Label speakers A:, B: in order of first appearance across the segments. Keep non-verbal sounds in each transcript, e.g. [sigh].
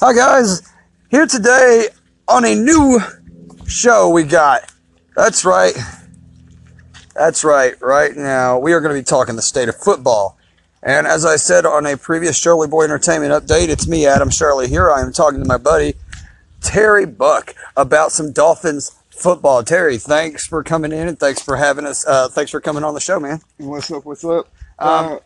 A: Hi guys, here today on a new show we got. That's right. That's right. Right now we are going to be talking the state of football. And as I said on a previous Shirley Boy Entertainment update, it's me, Adam Shirley. Here I am talking to my buddy Terry Buck about some Dolphins football. Terry, thanks for coming in and thanks for having us. Uh, thanks for coming on the show, man.
B: What's up? What's up? Um,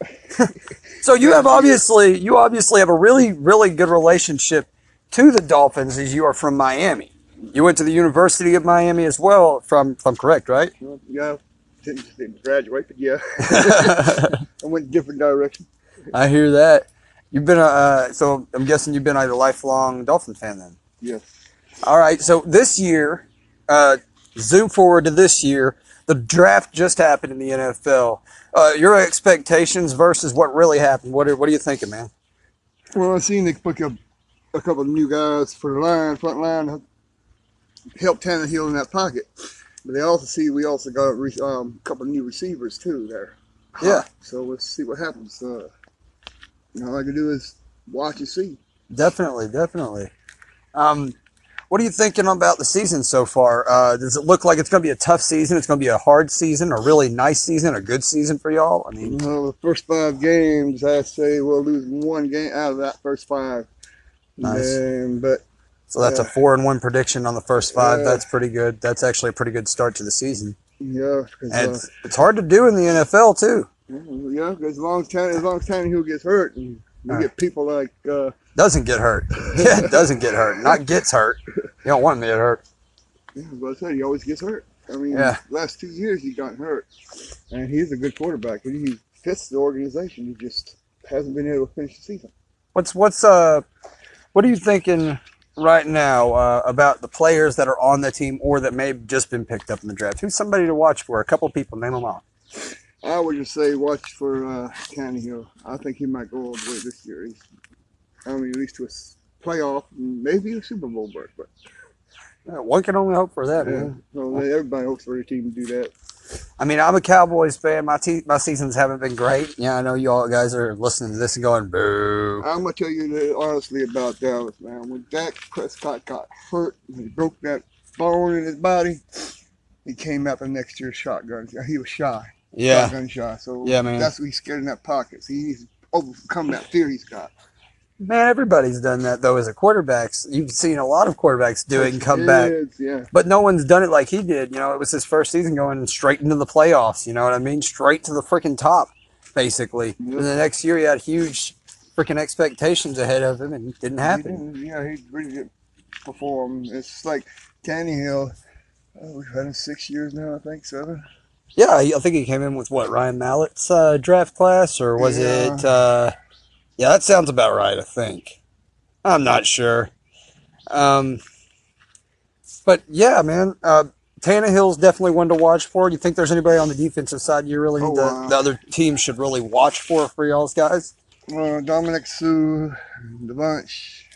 A: So you have obviously you obviously have a really really good relationship to the Dolphins as you are from Miami. You went to the University of Miami as well, from if I'm correct, right?
B: uh, yeah, didn't, didn't graduate, but yeah, [laughs] I went a different direction.
A: I hear that. You've been a uh, so I'm guessing you've been a lifelong Dolphin fan then.
B: Yes.
A: All right, so this year, uh, zoom forward to this year, the draft just happened in the NFL. Uh, your expectations versus what really happened. What are, what are you thinking, man?
B: Well, I seen they pick up a couple of new guys for the line, front line, help Tannehill in that pocket. But they also see we also got re- um, a couple of new receivers too there.
A: Yeah.
B: So let's see what happens. Uh, you know, all I can do is watch and see.
A: Definitely, definitely. Um, what are you thinking about the season so far? Uh, does it look like it's going to be a tough season? It's going to be a hard season, a really nice season, a good season for y'all? I
B: You
A: mean,
B: know, the first five games, I say we'll lose one game out of that first five.
A: Nice.
B: And- but
A: so that's a
B: Yeah.
A: four and one prediction on the first five.
B: Yeah.
A: That's pretty good. That's actually a pretty good start to the season.
B: yeah, 'cause,
A: And
B: uh,
A: it's, it's hard to do in the NFL too.
B: Yeah, 'cause as long as Tan- as long as Tannehill gets hurt, and we
A: All
B: get people like uh,
A: Doesn't get hurt. [laughs] Yeah, it doesn't get hurt. Not gets hurt. You don't want him to get hurt.
B: yeah, as I said, he always gets hurt. I mean,
A: Yeah.
B: last two years he got hurt, and he's a good quarterback, and he fits the organization. He just hasn't been able to finish the season.
A: What's what's uh what are you thinking right now uh, about the players that are on the team or that may have just been picked up in the draft? Who's somebody to watch for? A couple people, name them off.
B: I would just say watch for uh, Tannehill. I think he might go all the way this year. He's, I mean, at least to a s- playoff, maybe a Super Bowl berth. But
A: Yeah, One can only hope for that.
B: yeah,
A: Man.
B: so everybody hopes for their team to do that.
A: I mean, I'm a Cowboys fan. My te- my seasons haven't been great. Yeah, I know you all guys are listening to this and going boo.
B: I'm gonna tell you that honestly about Dallas, man. When Dak Prescott got hurt, when he broke that bone in his body, he came out the next year shotgun. He was shy,
A: Yeah,
B: shotgun shy. So
A: Yeah, man.
B: that's what he's scared in that pocket. So he needs to overcome that fear he's got.
A: man, everybody's done that though. As a quarterbacks, you've seen a lot of quarterbacks do it and come back.
B: It's- Yeah,
A: but no one's done it like he did. You know, it was his first season going straight into the playoffs. You know what I mean? Straight to the freaking top, basically.
B: Yeah.
A: And the next year, he had huge freaking expectations ahead of him, and it didn't happen.
B: He didn't- yeah, he really didn't perform. It's like Tannehill. Oh, we've had him six years now, I think seven.
A: Yeah, he- I think he came in with what Ryan Mallett's uh, draft class, or was
B: Yeah.
A: it? Uh, yeah, that sounds about right. I think. I'm not sure. Um, but yeah, man, uh, Tannehill's definitely one to watch for. Do you think there's anybody on the defensive side you really
B: Oh,
A: the,
B: uh,
A: the other team should really watch for for y'all's guys?
B: Well, Dominic Sue, the bunch.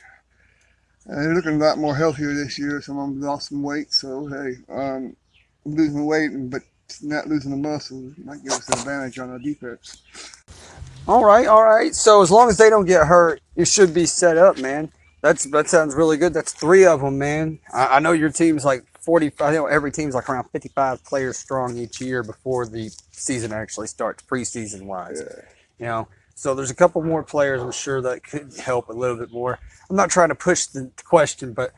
B: Uh, they're looking a lot more healthier this year. Some of them lost some weight, so hey, um, losing weight but not losing the muscle might give us an advantage on our defense.
A: All right, all right. So as long as they don't get hurt, you should be set up, man. That's that sounds really good. That's three of them, man. I, I know your team's like forty. I know every team's like around fifty-five players strong each year before the season actually starts, preseason wise. You know, so there's a couple more players I'm sure that could help a little bit more. I'm not trying to push the question, but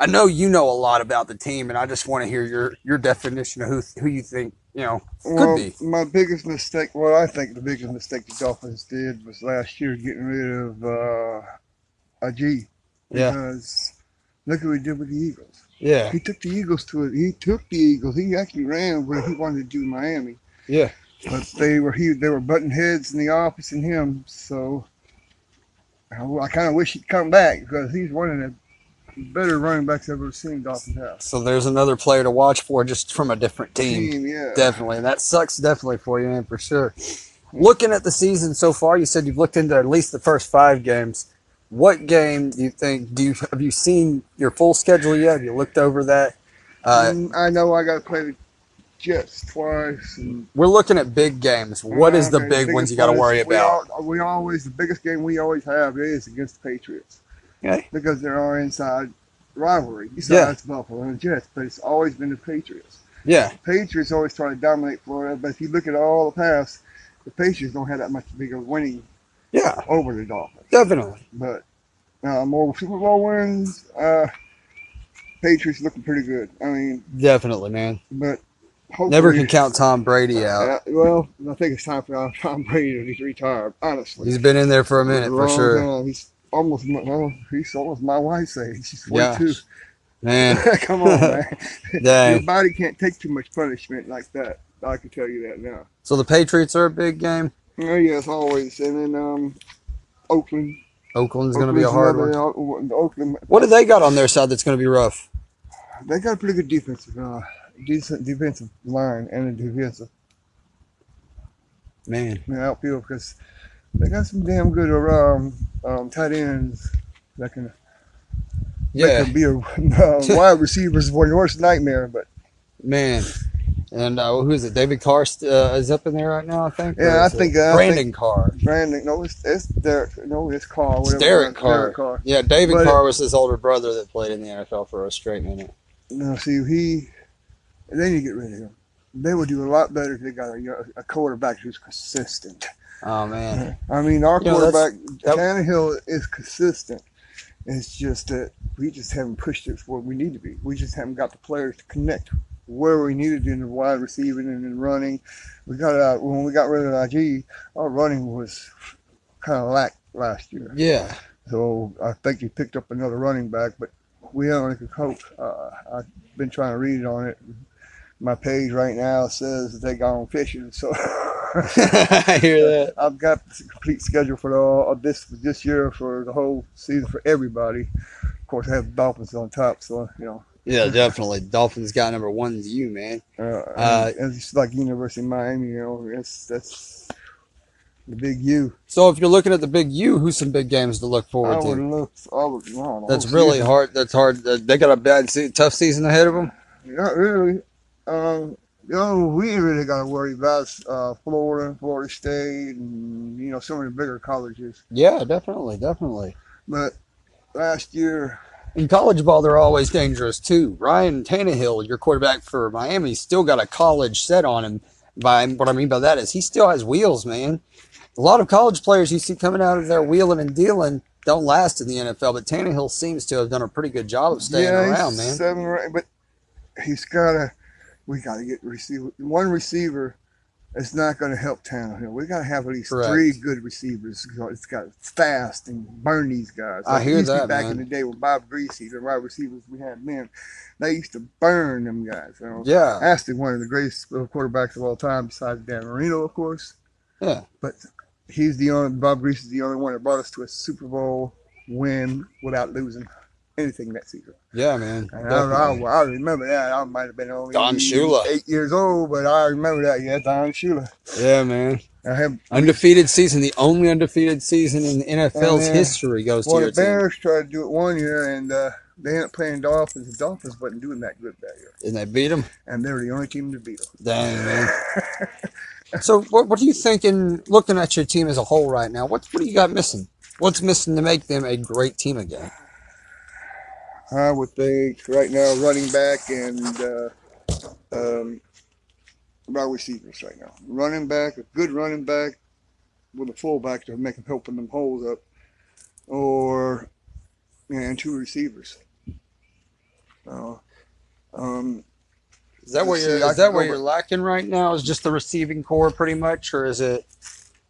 A: I know you know a lot about the team, and I just want to hear your your definition of who who you think you know could
B: well,
A: be.
B: my biggest mistake, well, I think the biggest mistake the Dolphins did was last year getting rid of uh, a G.
A: Yeah.
B: Because look what we did with the Eagles.
A: Yeah,
B: He took the Eagles to it. He took the Eagles. He actually ran where he wanted to do Miami.
A: Yeah.
B: But they were he they were butting heads in the office and him. So I, kind of wish he'd come back because he's one of the better running backs I've ever seen Dolphins have.
A: So there's another player to watch for just from a different team.
B: Team, yeah.
A: Definitely. And that sucks definitely for you, man, for sure. Looking at the season so far, you said you've looked into at least the first five games. What game do you think do you have you seen your full schedule yet? Have you looked over that? Uh,
B: Mm, I know I got to play the Jets twice. And,
A: we're looking at big games. What is the
B: Okay,
A: big
B: biggest
A: ones you got to
B: one is-
A: worry
B: we
A: about?
B: al- we always the biggest game we always have is against the Patriots.
A: Okay.
B: because they're our inside rivalry besides Buffalo and the Jets, but it's always been the Patriots.
A: Yeah.
B: Patriots always try to dominate Florida, but if you look at all the past, the Patriots don't have that much bigger winning
A: Yeah.
B: over the Dolphins.
A: Definitely.
B: But uh, more Super Bowl wins, uh, Patriots looking pretty good. I mean,
A: Definitely, man.
B: but hopefully,
A: Never can count Tom Brady out.
B: Uh, well, I think it's time for Tom [laughs] Brady to be retired. Honestly,
A: He's been in there for a minute for
B: Long
A: sure.
B: time. He's almost my- well, he's almost my wife's age. She's
A: Yeah.
B: forty-two. [laughs]
A: Man.
B: Come on, man. Your
A: Dang.
B: body can't take too much punishment like that. I can tell you that now.
A: So the Patriots are a big game.
B: Oh yes, always. And then um, Oakland.
A: Oakland's going to be a
B: Oakland's
A: hard one.
B: another- uh, Oakland.
A: What do they got on their side that's going to be rough?
B: They got a pretty good defensive, uh, decent defensive line and a defensive
A: Man.
B: in the outfield because they got some damn good um, um, tight ends that can
A: Yeah.
B: that can be a [laughs]
A: [laughs]
B: uh, wide receiver's worst nightmare. But
A: Man. And uh, who is it? David Carr st- uh, is up in there right now, I think. or
B: Yeah, I
A: is it
B: think, uh, I
A: Brandon Carr.
B: Brandon, no, it's, it's Derek. No, it's Carr.
A: It's
B: whatever
A: Derek
B: it is,
A: Carr.
B: Derek Carr.
A: Yeah, David
B: But-
A: Carr was his older brother that played in the NFL for a straight minute.
B: No, see, he they need to get rid of him. They would do a lot better if they got a, a quarterback who's consistent.
A: Oh man,
B: I mean, our
A: You know, that's-
B: quarterback
A: that-
B: Tannehill is consistent. It's just that we just haven't pushed it where we need to be. We just haven't got the players to connect where we needed in the wide receiving and in running. We got out when we got rid of IG, our running was kind of lack last year.
A: yeah,
B: So I think he picked up another running back, but we haven't could hope. Uh, I've been trying to read on it. My page right now says that they gone fishing, so
A: [laughs]
B: [laughs]
A: I hear that.
B: I've got the complete schedule for all of this this year for the whole season for everybody. Of course, I have Dolphins on top, so you know.
A: Yeah, definitely. Dolphins guy number one's you, man.
B: Uh,
A: Uh,
B: and it's like University of Miami, you know. That's that's the big U.
A: So if you're looking at the big U, who's some big games to look
B: I
A: forward
B: would
A: to?
B: look. I would. I don't know,
A: That's really
B: season.
A: hard. That's hard. Uh, They got a bad, se- tough season ahead of them.
B: Not really. Um, you know, we ain't really got to worry about is, uh, Florida, Florida State, and you know some of the bigger colleges.
A: Yeah, definitely, definitely.
B: But last year,
A: In college ball, they're always dangerous too. Ryan Tannehill, your quarterback for Miami, still got a college set on him. By what I mean by that is he still has wheels, man. A lot of college players you see coming out of there wheeling and dealing don't last in the NFL, but Tannehill seems to have done a pretty good job of staying
B: yeah, he's
A: around, man.
B: seven or eight, but he's got to. We got to get receiver one receiver. It's not going to help Tannehill. We got to have at least
A: Correct.
B: three good receivers. You know, It's got to fast and burn these guys.
A: I
B: Like, it
A: hear
B: used to be
A: that,
B: Back
A: man.
B: in the day with Bob Greasy, the wide receivers we had then, they used to burn them guys. You know?
A: Yeah,
B: Actually, one of the greatest quarterbacks of all time, besides Dan Marino, of course.
A: Yeah.
B: But he's the only Bob Grease is the only one that brought us to a Super Bowl win without losing anything that season.
A: yeah, man.
B: And I, I,
A: Definitely.
B: I remember that. I might have been only
A: Don Shula.
B: eight years old, but I remember that. Yeah, Don Shula.
A: Yeah, man.
B: I have
A: Undefeated season, the only undefeated season in the NFL's
B: Oh, yeah.
A: history goes to
B: well,
A: your
B: the
A: team,
B: Bears tried to do it one year, and uh, they ended up playing Dolphins. The Dolphins wasn't doing that good that year,
A: and they beat them.
B: and they were the only team to beat them.
A: Dang, man. so, what, what do you think in looking at your team as a whole right now? What what do you got missing? What's missing to make them a great team again?
B: I would think right now running back and uh, um, wide receivers right now. Running back, a good running back with a fullback to make them open them holes up, or and two receivers. Uh, um,
A: Is that what
B: Let's
A: you're
B: see, I
A: is that
B: can
A: what
B: go
A: you're
B: with-
A: lacking right now? Is just the receiving core pretty much, or is it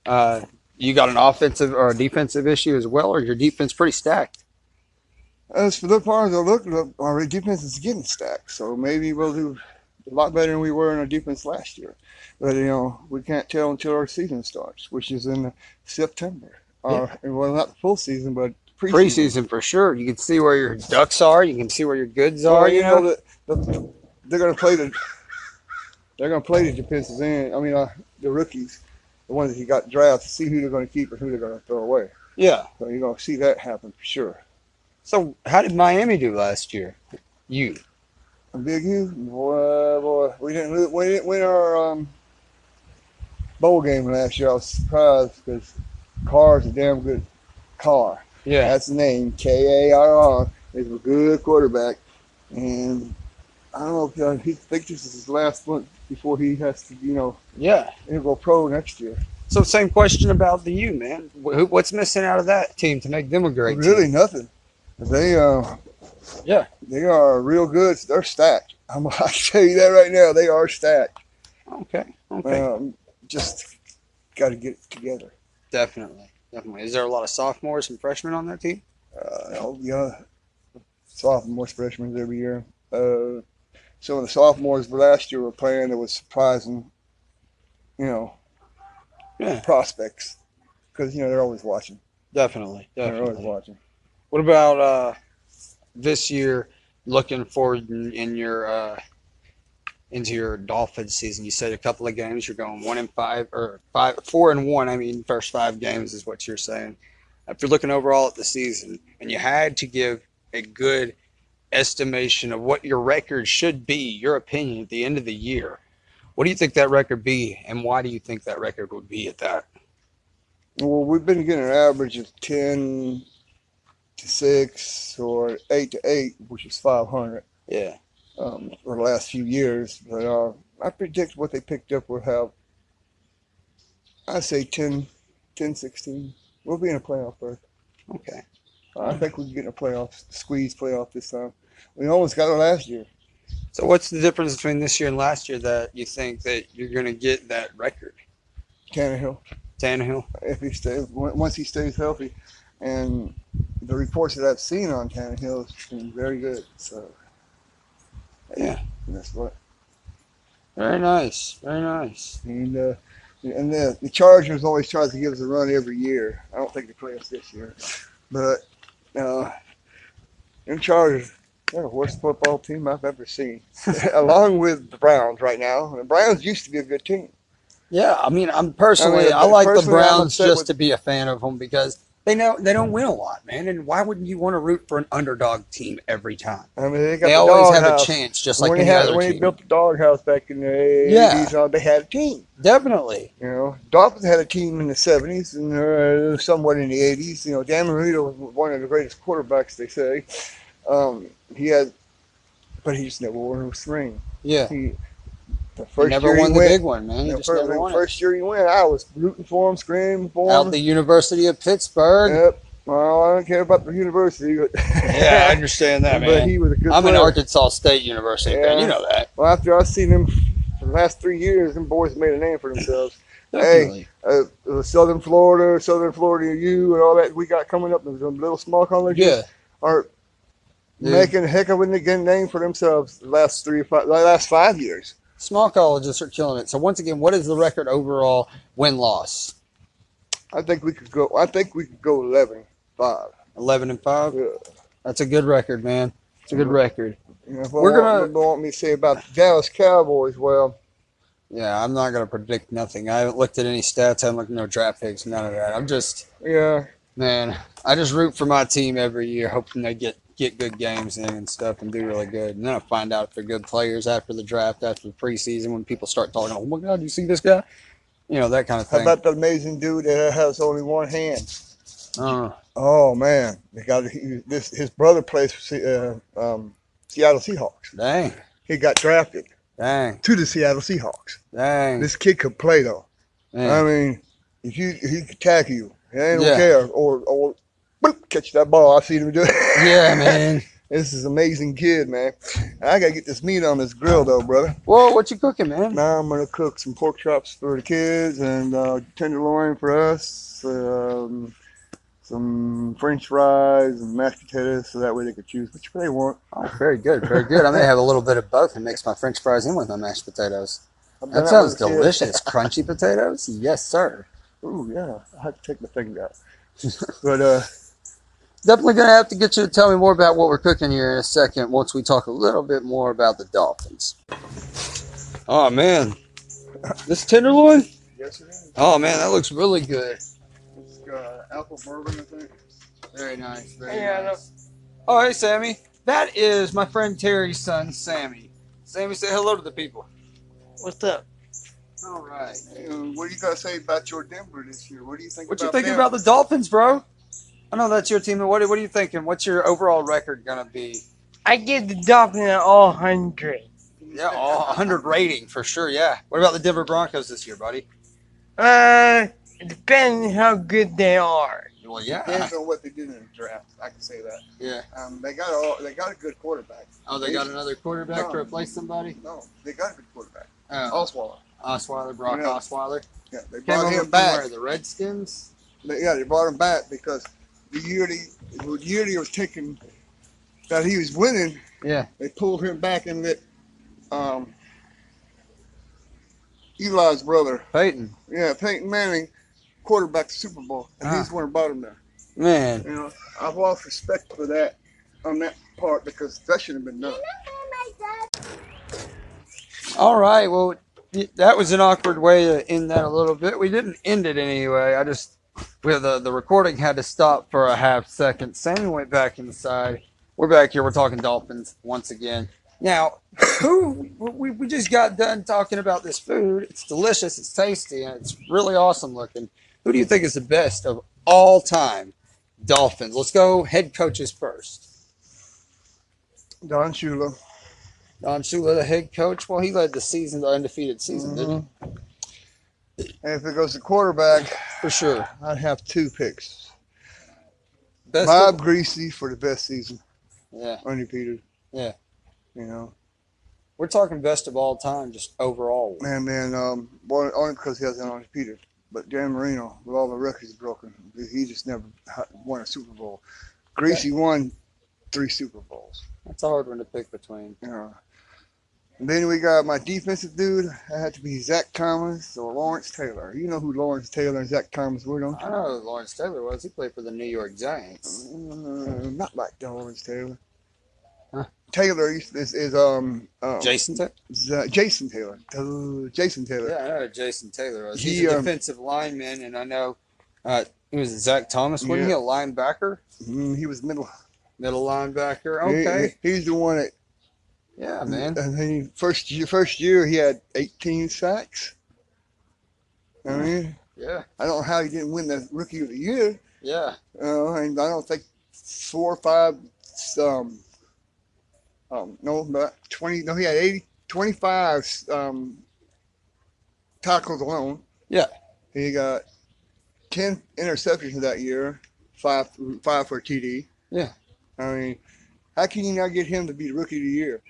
A: uh, you got an offensive or a defensive issue as well, or your defense pretty stacked?
B: as for the part I look, look, our defense is getting stacked, so maybe we'll do a lot better than we were in our defense last year. But you know, we can't tell until our season starts, which is in September. Uh, well, not the full season, but preseason.
A: Preseason for sure. You can see where your ducks are. You can see where your goods
B: So
A: are.
B: you know that the, they're going to play the they're going to play the defensive end. I mean, uh, the rookies, the ones that he got drafted, see who they're going to keep and who they're going to throw away.
A: Yeah.
B: So you're going to see that happen for sure.
A: So how did Miami do last year? You.
B: And Big U, boy, boy, we didn't lose, we didn't win our um, bowl game last year. I was surprised because Carr's a damn good car.
A: Yeah.
B: That's the name, K A R R. He's a good quarterback, and I don't know if uh, he thinks this is his last one before he has to, you know,
A: Yeah.
B: he'll go pro next year.
A: So same question about the U, man. Wh- who- What's missing out of that team to make them a great team?
B: Really, nothing. They uh,
A: Yeah.
B: they are real good. They're stacked. I'm, [laughs] I tell you that right now. They are stacked.
A: Okay. Okay.
B: Um, just got to get it together.
A: definitely. Definitely. Is there a lot of sophomores and freshmen on that team?
B: Uh, all the uh, sophomores, freshmen every year. Uh, some of the sophomores last year were playing that was surprising. You know,
A: Yeah.
B: prospects because you know they're always watching.
A: Definitely.
B: They're always
A: Definitely.
B: watching.
A: What about uh, this year? Looking forward in, in your uh, into your Dolphins season, you said a couple of games you're going one and five or five four and one. I mean, first five games is what you're saying. If you're looking overall at the season, and you had to give a good estimation of what your record should be, your opinion at the end of the year, what do you think that record be, and why do you think that record would be at that?
B: Well, we've been getting an average of ten to six or eight to eight, which is five hundred.
A: Yeah,
B: um, for the last few years, but uh, I predict what they picked up will have, I say 10, 10, 16. We'll be in a playoff berth.
A: okay,
B: I think we can get in a playoff, squeeze playoff this time. We almost got it last year.
A: So what's the difference between this year and last year that you think that you're going to get that record?
B: Tannehill,
A: Tannehill?
B: if he stays, on- once he stays healthy, and the reports that I've seen on Tannehill has been very good. So,
A: Yeah.
B: that's what.
A: Very nice. Very nice.
B: And uh, and the, the Chargers always try to give us a run every year. I don't think they play us this year, but uh, them Chargers, they're the worst football team I've ever seen, [laughs] along with the Browns right now. The Browns used to be a good team.
A: Yeah, I mean, I'm personally, I,
B: I mean,
A: like the
B: personally, I'm
A: Browns
B: upset
A: just
B: with-
A: to be a fan of them because they know they don't win a lot, man. And why wouldn't you want to root for an underdog team every time?
B: I mean, they got
A: They
B: the
A: always have
B: doghouse.
A: a chance, just like
B: when
A: any
B: they had,
A: other
B: when
A: team.
B: they built the doghouse back in the
A: Yeah.
B: 80s, uh, they had a team.
A: Definitely.
B: You know, Dolphins had a team in the 70s and uh, somewhat in the 80s. You know, Dan Marino was one of the greatest quarterbacks, they say. Um, he had, but he just never won a ring.
A: Yeah.
B: He, the
A: You
B: first
A: never
B: year
A: won
B: he
A: the
B: went,
A: big one, man. You
B: the
A: just
B: first,
A: never won it.
B: first year he went, I was rooting for him, screaming for
A: Out
B: him.
A: the University of Pittsburgh.
B: yep. Well, I don't care about the university, but [laughs]
A: understand
B: but he was a good
A: I'm an
B: player.
A: Arkansas State University fan.
B: Yeah.
A: You know that.
B: well, after I've seen him for the last three years, them boys made a name for themselves.
A: Definitely.
B: uh, uh, Southern Florida, Southern Florida U, and all that we got coming up. Those little small colleges
A: yeah.
B: are
A: Yeah.
B: making a heck of a good name for themselves the last three, five, the last five years.
A: Small colleges are killing it. So once again, what is the record overall win loss?
B: I think we could go. I think we could go Uh, 11, 5.
A: Eleven and five. Mm-hmm.
B: Yeah.
A: That's a good record, man. It's a good record.
B: You know, if
A: We're
B: We're
A: gonna-
B: gonna want me to say about the Dallas Cowboys. Well,
A: Yeah, I'm not gonna predict nothing. I haven't looked at any stats. I haven't looked at no draft picks. None of that. I'm just
B: yeah,
A: man. I just root for my team every year, hoping they get get good games in and stuff and do really good. And then I find out if they're good players after the draft, after the preseason, when people start talking. Oh my God, you see this guy? You know that kind of
B: how
A: thing.
B: about the amazing dude that has only one hand?
A: Uh,
B: Oh man, the guy. He, this his brother plays for Se- uh, um, Seattle Seahawks.
A: dang,
B: He got drafted
A: dang,
B: to the Seattle Seahawks.
A: dang.
B: This kid could play though. I
A: man.
B: mean, if you he could tackle you, he don't
A: Yeah.
B: care, or or boop, catch that ball. I've seen him do it.
A: [laughs] yeah, man.
B: [laughs] this is amazing kid, man. I gotta get this meat on this grill though, brother.
A: Whoa, what you cooking, man?
B: Now I'm gonna cook some pork chops for the kids and uh, tenderloin for us. Um, some French fries and mashed potatoes, so that way they could choose which they want.
A: Oh, very good, very good. I may have a little bit of both and mix my French fries in with my mashed potatoes.
B: I've done
A: That
B: with
A: sounds
B: the kids.
A: delicious. Crunchy potatoes? Yes, sir.
B: Ooh, yeah. I have to take my finger
A: [laughs]
B: out. but uh,
A: Definitely gonna have to get you to tell me more about what we're cooking here in a second once we talk a little bit more about the dolphins. Oh man. This tenderloin?
B: yes, it is.
A: Oh man, that looks really good.
B: It's uh, apple bourbon, I think.
A: Very nice, very
B: Yeah,
A: nice. Oh hey Sammy. That is my friend Terry's son, Sammy. Sammy say hello to the people.
C: What's up?
A: All right.
B: Hey, uh, what do you got to say about your Denver this year? What do you think?
A: What
B: about
A: you think
B: them?
A: about the Dolphins, bro? I know that's your team. but What, what are you thinking? What's your overall record going to be?
C: I give the Dolphins an all hundred.
A: Yeah, all 100 rating for sure. Yeah. What about the Denver Broncos this year, buddy?
C: Uh, depending how good they are.
A: Well, yeah.
D: Depends on what they did in the draft. I can say that.
A: Yeah.
D: Um, they got all. They got a good quarterback.
A: Oh, they got another quarterback to replace somebody?
D: No, they got a good quarterback.
A: Oh,
D: Osweiler.
A: Osweiler, Brock
B: Yeah.
A: Osweiler.
D: Yeah, they
A: Came
D: brought
A: over
D: him
A: from where?
D: back.
A: The Redskins?
D: They, yeah, they brought him back because
B: The year they, the year they was taking that he was winning,
A: Yeah.
B: they pulled him back and let um, Eli's brother,
A: Peyton.
B: yeah, Peyton Manning, quarterback the Super Bowl, and he's the one who brought him there.
A: Man.
B: You know, I've lost respect for that on that part because that should have been done.
A: All right. Well, y- that was an awkward way to end that a little bit. We didn't end it anyway. I just, we, the, the recording had to stop for a half second. Sammy went back inside. We're back here. We're talking Dolphins once again. Now, [coughs] who we, we just got done talking about this food. It's delicious. It's tasty. And it's really awesome looking. Who do you think is the best of all time Dolphins? Let's go head coaches first.
B: Don Shula.
A: Don Shula, the head coach. Well, he led the season, the undefeated season,
B: Mm-hmm.
A: didn't
B: And if it goes to quarterback,
A: he? For sure.
B: I'd have two picks.
A: Best
B: Bob Greasy for the best season,
A: Yeah,
B: unrepeated.
A: Yeah.
B: You know,
A: we're talking best of all time, just overall.
B: man, man, um, well, only because he hasn't unrepeated. But Dan Marino, with all the records broken, he just never ha- won a Super Bowl. Greasy won three Super Bowls.
A: That's a hard one to pick between.
B: You know. And then we got my defensive dude. I had to be Zach Thomas or Lawrence Taylor. You know who Lawrence Taylor and Zach Thomas were, don't you?
A: I know who Lawrence Taylor was. He played for the New York Giants.
B: Uh, not like Lawrence Taylor.
A: Huh.
B: Taylor is, is, is um uh,
A: Jason Taylor.
B: Z- Jason Taylor. Uh, Jason Taylor.
A: Yeah, I know who Jason Taylor was.
B: He,
A: He's a
B: um,
A: defensive lineman, and I know uh, he was Zach Thomas. Wasn't he
B: Yeah.
A: a linebacker,
B: Mm, he was middle.
A: middle linebacker? Okay,
B: He- he- he's the one that
A: yeah, man.
B: I mean, first year, first year he had 18 sacks. I mean,
A: Yeah,
B: I don't know how he didn't win the rookie of the year.
A: yeah,
B: Uh, and I don't think four or five, um, um, no, not 20, no, he had 80, 25 um, tackles alone.
A: Yeah.
B: He got 10 interceptions that year, five, five for TD.
A: Yeah.
B: I mean, how can you not get him to be the rookie of the year?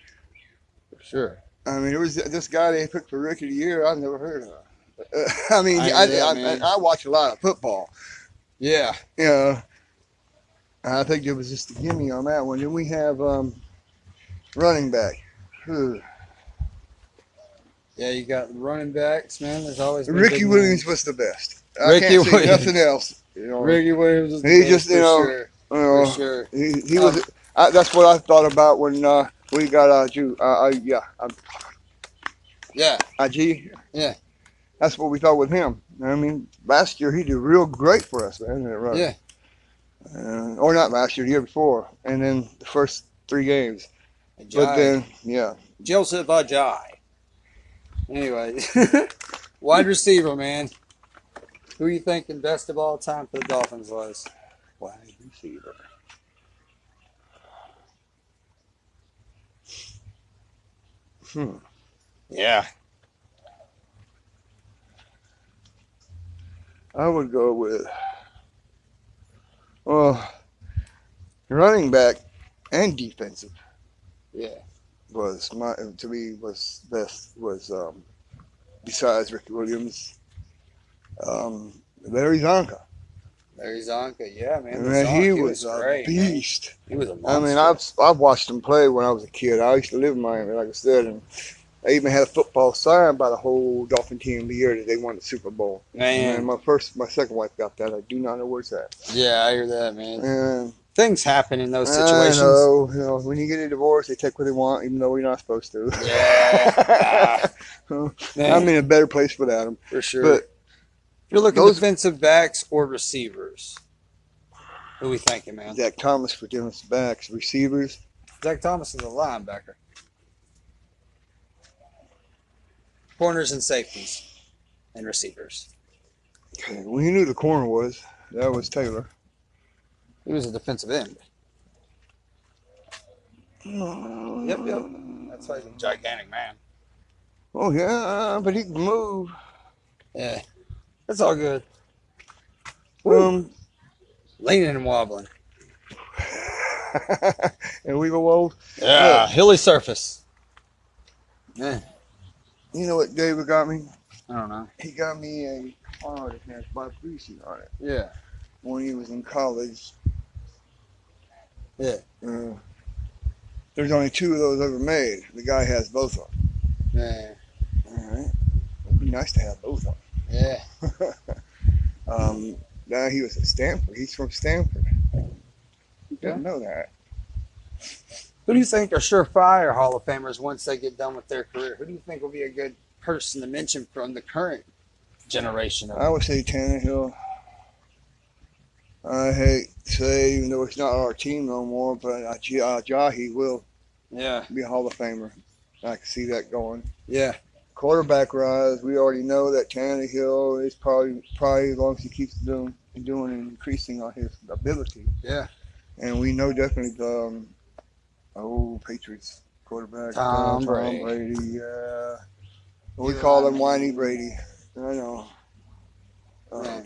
A: for sure.
B: I mean, it was this guy they picked for rookie of the year I've never heard of. Uh, [laughs] I mean,
A: I
B: I,
A: hear
B: I,
A: that,
B: I,
A: man.
B: I watch a lot of football.
A: Yeah,
B: Yeah. I think it was just a gimme on that one. Then we have um, running back.
A: Hmm.
B: Who?
A: yeah. You got running backs, man. There's always been big
B: Ricky
A: names.
B: Williams was the best. I
A: Ricky
B: can't say
A: Williams.
B: nothing else. You know,
A: Ricky Williams. was the
B: He
A: best,
B: just, you
A: for
B: know, uh,
A: sure,
B: you
A: for
B: know,
A: sure.
B: he, he was. I, that's what I thought about when uh, we got uh, Ju. Uh, uh, yeah, uh,
A: Yeah,
B: IG.
A: Yeah.
B: That's what we thought with him. I mean, last year he did real great for us, man. That run.
A: Yeah.
B: Uh, or not last year, the year before, and then the first three games. But uh,
A: Giants.
B: then, yeah.
A: Joseph Ajay. Anyway, [laughs] wide receiver, man. Who you thinking best of all time for the Dolphins was? Wide receiver.
B: Hmm.
A: Yeah.
B: I would go with uh, running back and defensive
A: Yeah.
B: was my to me was best was um, besides Ricky Williams, um, Larry Zonka.
A: Larry Zonka. Yeah, man.
B: Man,
A: Zonk,
B: he was, a
A: great. man.
B: beast.
A: He was a
B: I
A: monster.
B: mean, I've I've watched him play when I was a kid. I used to live in Miami, like I said, and I even had a football signed by the whole Dolphin team the year that they won the Super Bowl. And
A: man.
B: my first, my second wife got that. I do not know where it's at.
A: Yeah, I hear that, man.
B: And
A: Things happen in those
B: I
A: situations.
B: know, you know, when you get a divorce, they take what they want, even though you're not supposed to.
A: Yeah.
B: [laughs]
A: Man,
B: I'm in a better place without them.
A: for sure. if
B: but
A: you're looking
B: those-
A: defensive backs or receivers, who we thinking, man?
B: Zach Thomas for defensive backs, receivers.
A: Zach Thomas is a linebacker. Corners and safeties and receivers.
B: Okay, Well, you knew the corner was. That was Taylor.
A: He was a defensive end. Yep, yep. That's why he's a gigantic man.
B: Oh yeah, but he can move.
A: Yeah, that's all good.
B: Um, [laughs]
A: Leaning and wobbling.
B: and we go old.
A: Yeah, hilly surface.
B: You know what David got me?
A: I don't know.
B: He got me a art that has vibration on it
A: Yeah,
B: when he was in college.
A: Yeah.
B: Uh, there's only two of those ever made. The guy has both of them.
A: yeah,
B: All right. It'd be nice to have both of
A: yeah.
B: them. um, now he was at Stanford. He's from Stanford. Didn't know that.
A: Who do you think are surefire Hall of Famers once they get done with their career? Who do you think will be a good person to mention from the current generation? Of
B: I would say Tannehill. I hate to say, even though it's not our team no more, but uh, J- uh, Jahi will
A: yeah,
B: be a Hall of Famer. I can see that going.
A: yeah,
B: Quarterback rise, we already know that Tannehill is probably probably as long as he keeps doing doing and increasing on his ability,
A: yeah.
B: and we know definitely um, oh Patriots quarterback
A: Tom
B: uh,
A: Brady.
B: Brady, uh, we
A: Eli
B: call him
A: Manning.
B: Whiny Brady. I know. Um,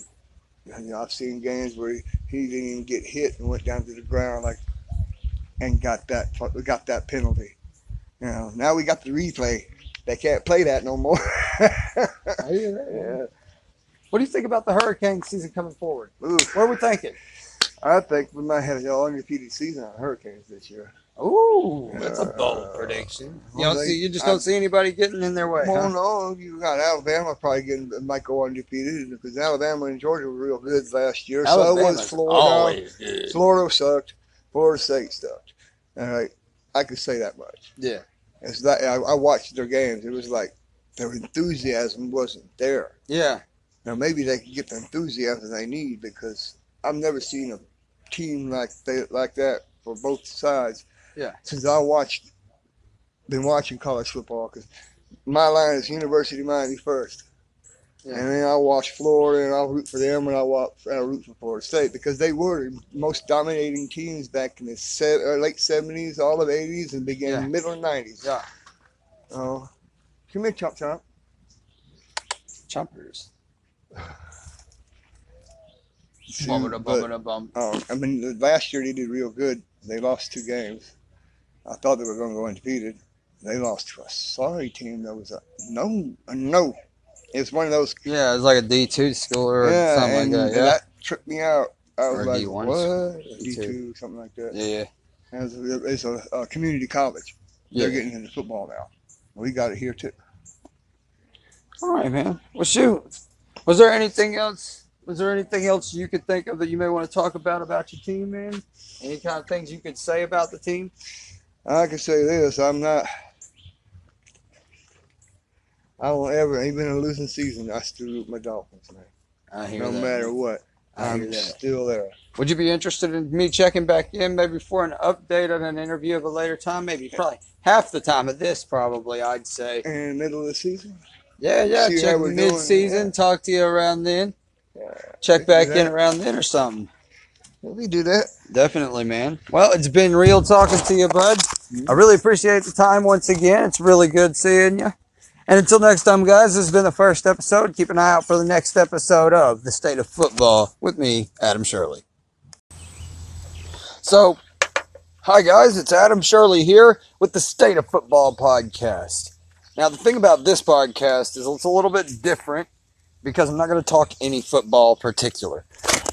A: Yeah.
B: you know, I've seen games where he, he didn't even get hit and went down to the ground like, and got that fu- got that penalty. You know, now we got the replay. They can't play that no more. [laughs]
A: I hear that, yeah. What do you think about the hurricane season coming forward?
B: Ooh,
A: What are we thinking?
B: I think we might have an undefeated season on Hurricanes this year.
A: Ooh, that's a
B: Uh,
A: bold prediction. You
B: well,
A: don't
B: they-
A: see, you just
B: I-
A: don't see anybody getting in their way.
B: Well,
A: huh?
B: no, you got Alabama probably getting might go undefeated because Alabama and Georgia were real good last year. so
A: Alabama's
B: was Florida.
A: Always good.
B: Florida sucked. Florida State sucked. All right, I could say that much.
A: Yeah.
B: It's like I, I watched their games. It was like their enthusiasm wasn't there.
A: Yeah.
B: Now maybe they can get the enthusiasm they need because I've never seen a team like they, like that for both sides.
A: Yeah.
B: Since I watched, been watching college football because my line is University of Miami first,
A: Yeah.
B: and then I watch Florida and I root for them and I watch I root for Florida State because they were the most dominating teams back in the se- or late seventies, all of eighties, and began
A: Yeah.
B: middle nineties.
A: Yeah.
B: Oh, come here, chop chop.
A: Chompers. Bum it up,
B: But-
A: bum it up, bum.
B: Um, I mean, the- last year they did real good. They lost two games. I thought they were going to go undefeated. They lost to a sorry team that was a no, a no. It's one of those.
A: Yeah, it's like a D two school or
B: yeah,
A: something
B: and
A: like that. Yeah.
B: tripped me out. I
A: Or
B: was like,
A: D1
B: what? D
A: D2.
B: two, something like that.
A: yeah.
B: And It's a, it's a, a community college.
A: Yeah.
B: They're getting into football now. We got it here too.
A: All right, man. Well, shoot. Was there anything else? Was there anything else you could think of that you may want to talk about about your team, man? Any kind of things you could say about the team?
B: I can say this: I'm not. I won't ever, even in a losing season, I still root my Dolphins, man.
A: I hear
B: No
A: that.
B: matter what.
A: I hear
B: I'm
A: that.
B: still there.
A: Would you be interested in me checking back in maybe for an update on an interview of a later time? Maybe probably half the time of this, probably I'd say.
B: And middle of the season,
A: Yeah, yeah.
B: See how
A: check
B: we're doing,
A: mid season.
B: yeah.
A: Talk to you around then.
B: Yeah.
A: Check
B: Do
A: back in
B: that.
A: around then or something.
B: we do that.
A: Definitely, man. Well, it's been real talking to you, bud. I really appreciate the time once again. It's really good seeing you. And until next time, guys, this has been the first episode. Keep an eye out for the next episode of The State of Football with me, Adam Shirley. So, hi, guys, it's Adam Shirley here with the State of Football podcast. Now, the thing about this podcast is it's a little bit different because I'm not going to talk any football particular.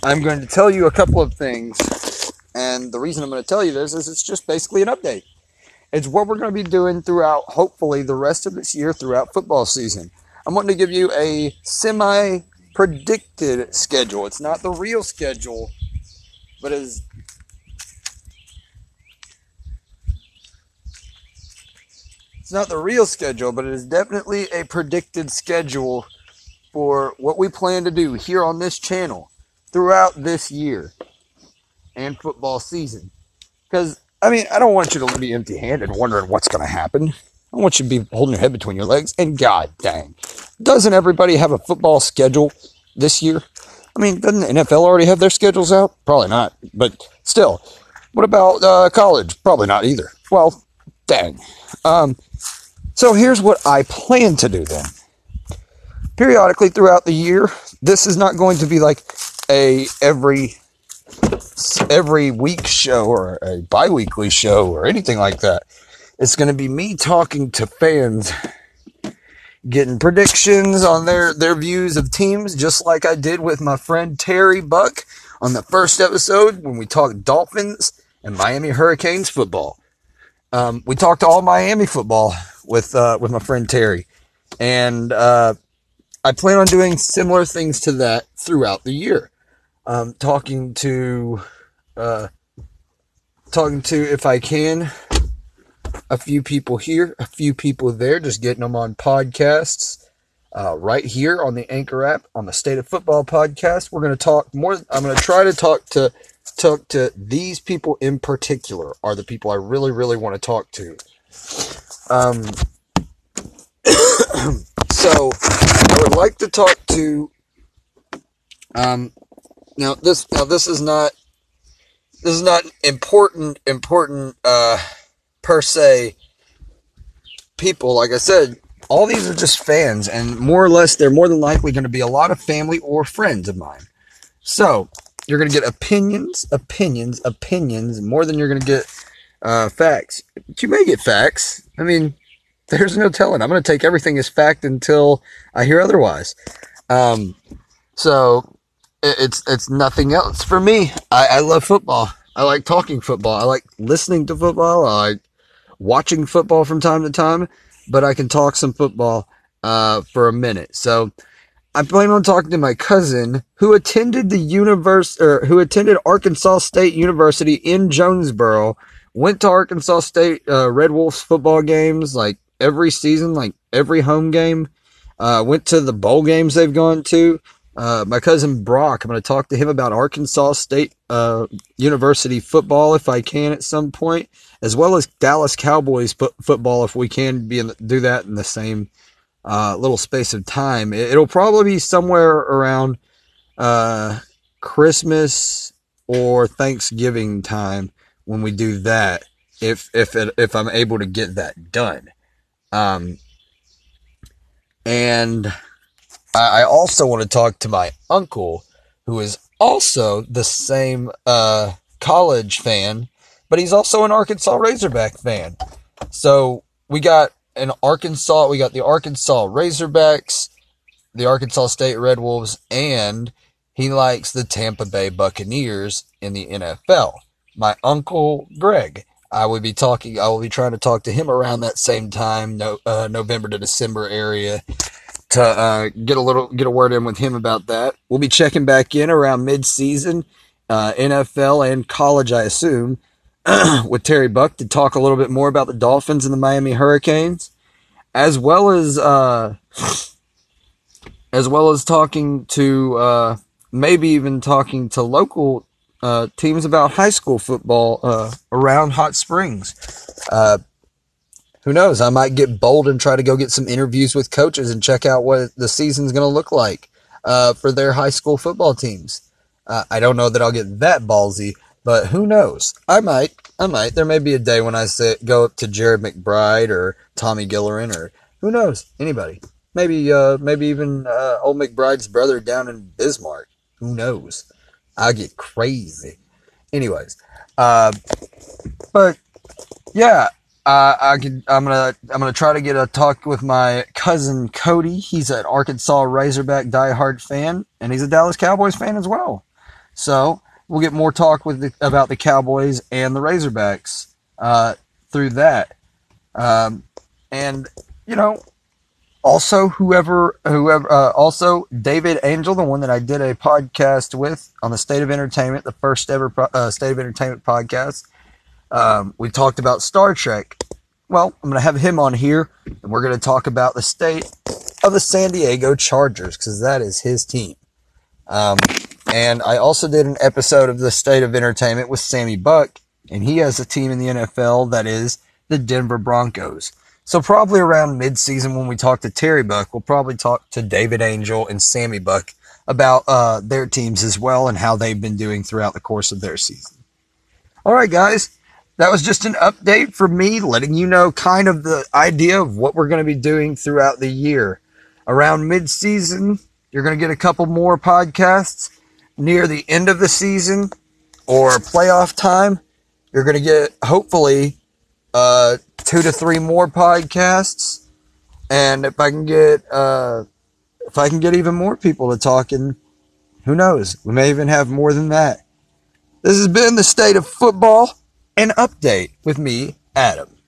A: I'm going to tell you a couple of things and the reason I'm going to tell you this is it's just basically an update. It's what we're going to be doing throughout, hopefully, the rest of this year throughout football season. I'm wanting to give you a semi predicted schedule. It's not the real schedule, but is. It's not the real schedule, but it is definitely a predicted schedule for what we plan to do here on this channel throughout this year and football season. Because, I mean, I don't want you to be empty handed wondering what's going to happen. I want you to be holding your head between your legs. And God dang, doesn't everybody have a football schedule this year? I mean, doesn't the NFL already have their schedules out? Probably not. But still, what about uh, college? Probably not either. Well, dang. Um, so here's what I plan to do then. Periodically throughout the year, this is not going to be like a every every week show or a bi-weekly show or anything like that. It's going to be me talking to fans getting predictions on their their views of teams, just like I did with my friend Terry Buck on the first episode when we talked Dolphins and Miami Hurricanes football. Um, we talked all Miami football with uh, with my friend Terry, and uh, I plan on doing similar things to that throughout the year. Um, talking to uh, talking to if I can a few people here, a few people there, just getting them on podcasts uh, right here on the Anchor app on the State of Football podcast. We're going to talk more. I'm going to try to talk to talk to these people in particular are the people I really really want to talk to. Um, [coughs] so I would like to talk to. Um, now this now this is not this is not important important. Uh, per se people. Like I said, all these are just fans, and more or less, they're more than likely going to be a lot of family or friends of mine. So you're going to get opinions, opinions, opinions, more than you're going to get uh, facts. But you may get facts. I mean, there's no telling. I'm going to take everything as fact until I hear otherwise. Um, so it- it's it's nothing else for me. I, I love football. I like talking football. I like listening to football. I like watching football from time to time, but I can talk some football uh, for a minute. So I plan on talking to my cousin who attended the universe or who attended Arkansas State University in Jonesboro. Went to Arkansas State uh, Red Wolves football games like every season, like every home game. Uh, went to the bowl games they've gone to. Uh, my cousin Brock, I'm going to talk to him about Arkansas State uh, University football if I can at some point as well as Dallas Cowboys fo- football, if we can be in the, do that in the same uh, little space of time. It, will probably be somewhere around uh, Christmas or Thanksgiving time when we do that. If if it, if I'm able to get that done, um, and I, I also want to talk to my uncle, who is also the same uh, college fan but he's also an Arkansas Razorback fan. So we got an Arkansas, we got the Arkansas Razorbacks, the Arkansas State Red Wolves, and he likes the Tampa Bay Buccaneers in the NFL. My uncle Greg, I would be talking, I will be trying to talk to him around that same time, no, uh, November to December area. To uh, get a little get a word in with him about that, we'll be checking back in around mid-season, uh, NFL and college, I assume, [clears throat] with Terry Buck to talk a little bit more about the Dolphins and the Miami Hurricanes, as well as uh, [sniffs] as well as talking to uh, maybe even talking to local uh, teams about high school football uh, around Hot Springs. Uh, who knows? I might get bold and try to go get some interviews with coaches and check out what the season's going to look like uh, for their high school football teams. Uh, I don't know that I'll get that ballsy, but who knows? I might. I might. There may be a day when I sit, go up to Jared McBride or Tommy Gillerin or who knows? Anybody. Maybe. Uh, maybe even uh, old McBride's brother down in Bismarck. Who knows? I get crazy. Anyways, uh, but yeah, uh, I could. I'm gonna. I'm gonna try to get a talk with my cousin Cody. He's an Arkansas Razorback diehard fan, and he's a Dallas Cowboys fan as well. So we'll get more talk with the, about the Cowboys and the Razorbacks uh, through that. Um, and you know, also whoever whoever uh, also David Angel, the one that I did a podcast with on the State of Entertainment, the first ever po- uh, State of Entertainment podcast. Um, we talked about Star Trek. Well, I'm going to have him on here, and we're going to talk about the state of the San Diego Chargers because that is his team. Um, and I also did an episode of The State of Entertainment with Sammy Buck, and he has a team in the NFL that is the Denver Broncos. So probably around midseason when we talk to Terry Buck, we'll probably talk to David Angel and Sammy Buck about uh, their teams as well and how they've been doing throughout the course of their season. All right, guys. That was just an update for me, letting you know kind of the idea of what we're going to be doing throughout the year. Around mid-season, you're going to get a couple more podcasts. Near the end of the season or playoff time, you're going to get hopefully uh, two to three more podcasts. And if I can get uh, if I can get even more people to talk, and who knows, we may even have more than that. This has been the state of football and update with me, Adam.